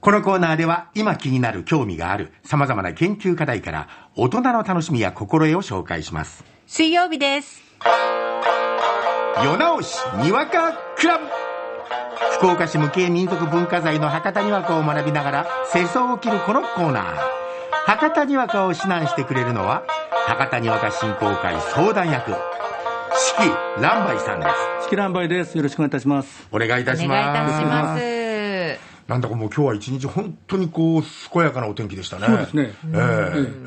このコーナーでは今気になる興味がある様々な研究課題から大人の楽しみや心得を紹介します。水曜日です。夜直しにわかクラブ福岡市無形民族文化財の博多にわかを学びながら世相を切るこのコーナー博多にわかを指南してくれるのは博多にわか振興会相談役四季蘭梅さんですチキランバイです。よろしくお願いいたします。お願いいたお願いしいまたすします。なんだかもう今日は一日本当にこう健やかなお天気でしたねそうですねええ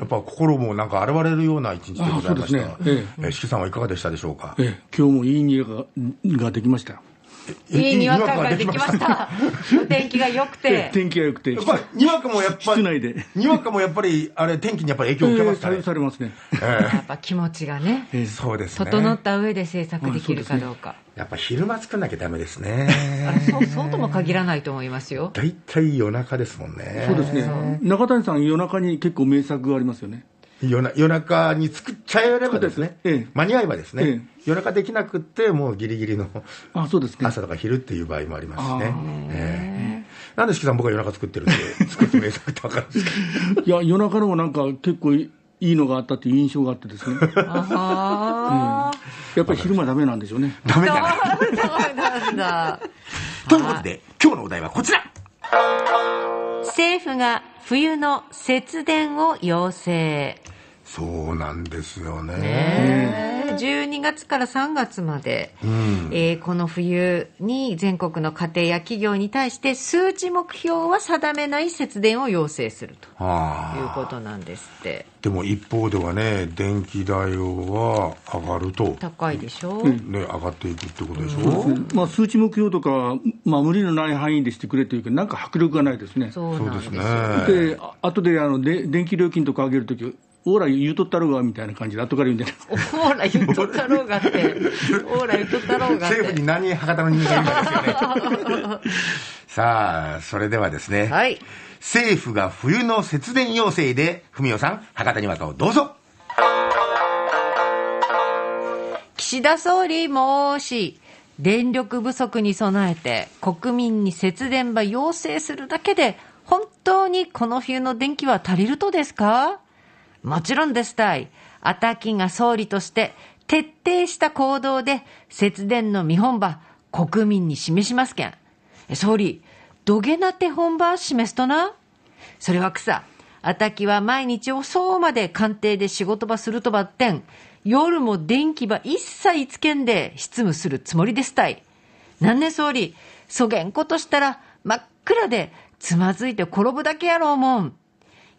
やっぱ心もなんか洗われるような一日でございました、あそうですねええ四季さんはいかがでしたでしょうかええ、今日もいい匂いがができましたよ。いいにわかができまにわかしがた。お天気が良く て。ええ天気が良くて、やっぱりにわかもやっぱ室内でにわかもやっぱりあれ天気にやっぱり影響を受けますかえねえ、されますね。やっぱ気持ちがね、ええそうですね整った上で制作できるかどうか。やっぱ昼間作んなきゃダメですあねれそう、そうとも限らないと思いますよ。大体夜中ですもんねそうですね。中谷さん夜中に結構名作がありますよね。夜な夜中に作っちゃえればですね、ええ間に合えばですね、ええ夜中できなくってもうギリギリのあ、そうですね。朝とか昼っていう場合もありますしねああええなんで四季さん僕は夜中作ってるん で作って名作って分かるんですかいや夜中のもなんか結構いいのがあったっていう印象があってですね。あやっぱり昼間ダメなんでしょうね。ダメあ、だなそうなんだ。ということで今日のお題はこちら政府が冬の節電を要請。そうなんですよねねえ12月から3月まで、えーこの冬に全国の家庭や企業に対して数値目標は定めない節電を要請するとはあいうことなんですってでも一方ではね電気代は上がると、高いでしょ、ね、上がっていくってことでしょ、まあ数値目標とか、まあ無理のない範囲でしてくれというか、なんか迫力がないですね。そうそうなでんですすねよで、あ後であので電気料金とか上げるとき、オーラ言うとったろうがみたいな感じで後から言うんじゃないオーラ言っとったろ うがってオーラ言っとったろうがって政府に何博多の人間がいるかですよねさあそれではですね、はい政府が冬の節電要請で文雄さん博多にわかをどうぞ岸田総理もし電力不足に備えて国民に節電場要請するだけで本当にこの冬の電気は足りるとですかもちろんですたいあたきが総理として徹底した行動で節電の見本場国民に示しますけん総理どげな手本場示すとなそれは草。あたきは毎日遅うまで官邸で仕事場するとばってん。夜も電気ば一切つけんで執務するつもりですたい。なんね総理、そげんことしたら真っ暗でつまずいて転ぶだけやろうもん。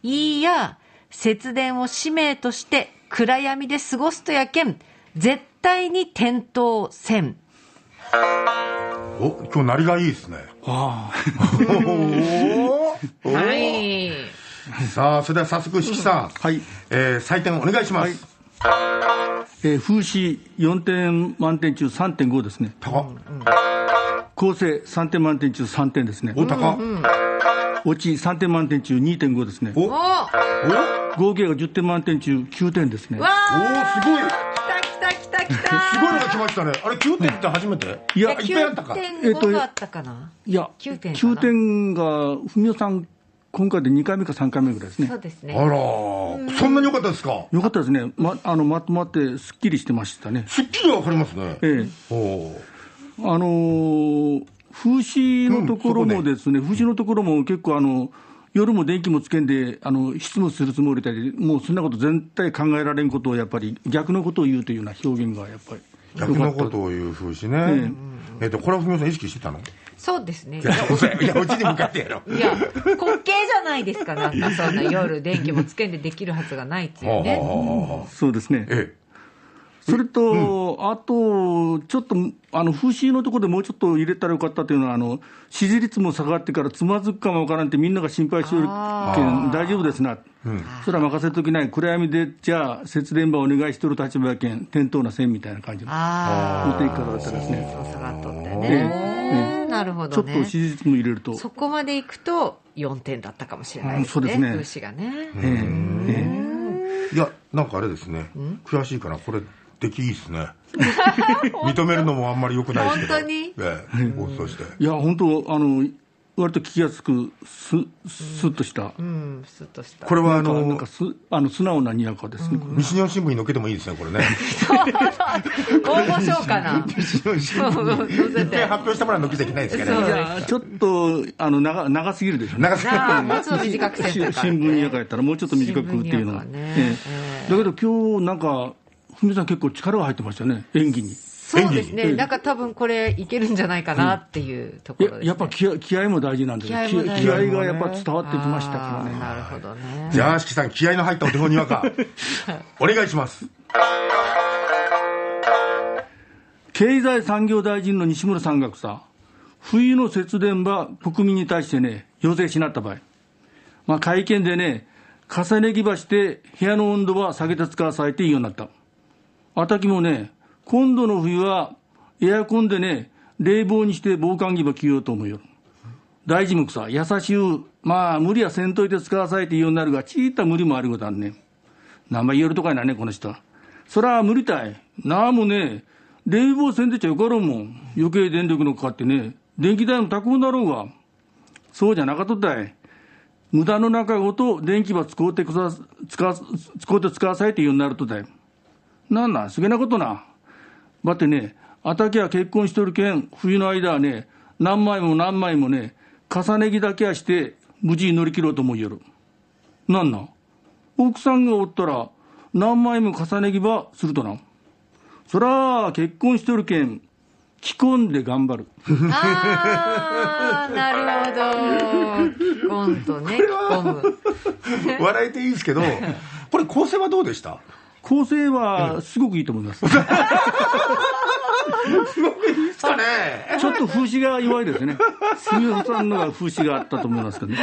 いいや、節電を使命として暗闇で過ごすとやけん、絶対に転倒せん。お今日鳴りがいいですねああ。 おおい。さあそれでは早速四季さん、はいえー採点お願いします、えー風刺4点満点中3.5ですね高っ構成3点満点中3点ですねお高っ、落ち3点満点中2.5ですねおおおおわ合計が10点満点中9点ですねあすごい来た来た来た来 たすごいのが来ましたねあれ9点って初めて、いやいっぱいあったかえっと9.5があったかな、いや9点かな9点が文雄さん今回で2回目か3回目ぐらいですねそうですあねらそんなに良かったですかよかったですねまあのまとまってすっきりしてましたねすっきり分かりますねええおおあのー風刺のところもですね、風刺のところも結構あの、夜も電気もつけんで、あの執務するつもりだり、もうそんなこと全体考えられんことをやっぱり、逆のことを言うというような表現がやっぱり、逆のことを言う風しね、えっとこれは文雄さん意識してたのそうですね いいやうちに向かってや ろうや滑稽じゃないですかなんかそんな夜電気もつけんでできるはずがないっていうねえそうですね、えそれと、あと、ちょっとあの風刺のところでもうちょっと入れたらよかったというのは、あの支持率も下がってからつまずくかもわからんって、みんなが心配してるけん、あ大丈夫ですな、それは任せときない、暗闇でじゃあ、節電場お願いしとる立場やけん、点灯なせんみたいな感じのあ持っていき方だったですあね、そう下がっとったよええねなるほちょどっとね支持率も入れると、そこまでいくと4点だったかもしれないですうんそうねです風刺ねがねええええいやなんかあれですね悔しいかなこれ出来いいです ね認めるのもあんまり良くないですけど本当にええ放送していや、本当あの、割と聞きやすく、す、すっとした。うん、スッとした。これはあなんかなんのかすあの素直なにやかですね、これ西日本新聞に載っけてもいいですねこ れね大御所かな。西日本新そう聞そうに一回発表したものは載っけちゃいけないですからそうねいや ちょっとあの長長すぎるでしょ、ね、長さああ、もうちょっと短くせんといかんって 新聞にやかやったらもうちょっと短くっていうのは、新聞にやかねええだけど今日なんか文さん結構力が入ってましたね演技にそうです演ね。技なんか多分これいけるんじゃないかなっていうとこいろやです、ね。やっぱ気合気合も大事なんですよも大事気合がやっぱ伝わってきましたからねあーなるほどね。じゃああしきさん気合の入ったお手本にわかお願いします経済産業大臣の西村山岳さん、冬の節電は国民に対してね、要請しなった場合、まあ、会見でね、重ね着ばして部屋の温度は下げて使わされていいようになった。あたきもね、今度の冬はエアコンでね、冷房にして防寒着ば着ようと思うよ。大臣もくさ、優しゅう、まあ無理はせんといて使わされていいようになるが、ちいった無理もあることあんね。名前言えるとかいなね、この人は。そら無理たい。なあもね、冷房せんでちゃよかろうもん。余計電力のかかってね、電気代も高くなろうが。そうじゃなかとったい。無駄の中ごと電気ば使うてくさ、使わ、使うて使わされて言うようになるとだい。なんなん、すげなことな。ばってね、あたきは結婚しとるけん、冬の間はね、何枚も何枚もね、重ね着だけはして、無事に乗り切ろうと思いよる。なんなん奥さんがおったら何枚も重ね着ばするとなそら結婚しとるけん着込んで頑張るああ、なるほど。コンとね、コム。笑えていいですけどこれ構成はどうでした構成はすごくいいと思います、ですかねちょっと風刺が弱いですね杉浦さんのが風刺があったと思いますけどね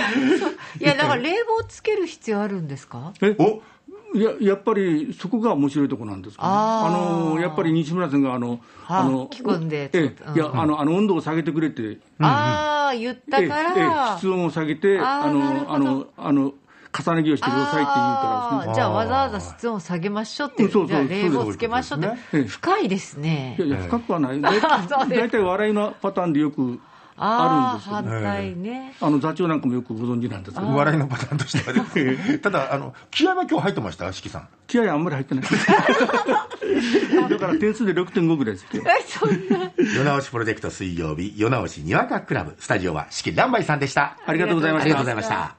いや、だから冷房つける必要あるんですかえおいややっぱりそこが面白いところなんですけどね、ああーのやっぱり西村さんがあの、はあの着込んでええうんいやあのあの温度を下げてくれてああ、言ったかえええら。え室温を下げてあーあなるほのどあのあの重ね着をしてくださいって言うからですねあーじゃあわざわざ室温下げましょうっていううんそうそうじゃあ冷房つけましょうってそういうことですね深いですねいやいや、深く はない。そうです大体笑いのパターンでよくあるんああ反ですけど、ね、対ね、あの座長なんかもよくご存知なんですけど、笑いのパターンとしてはねただあの気合は今日入ってましたしきさん気合あんまり入ってない。 だから点数で6.5ぐらいですけど。え そんな夜直しプロジェクト水曜日夜直しにわかクラブスタジオは四季乱梅さんでしたありがとうございまあしりがたとうござい。ました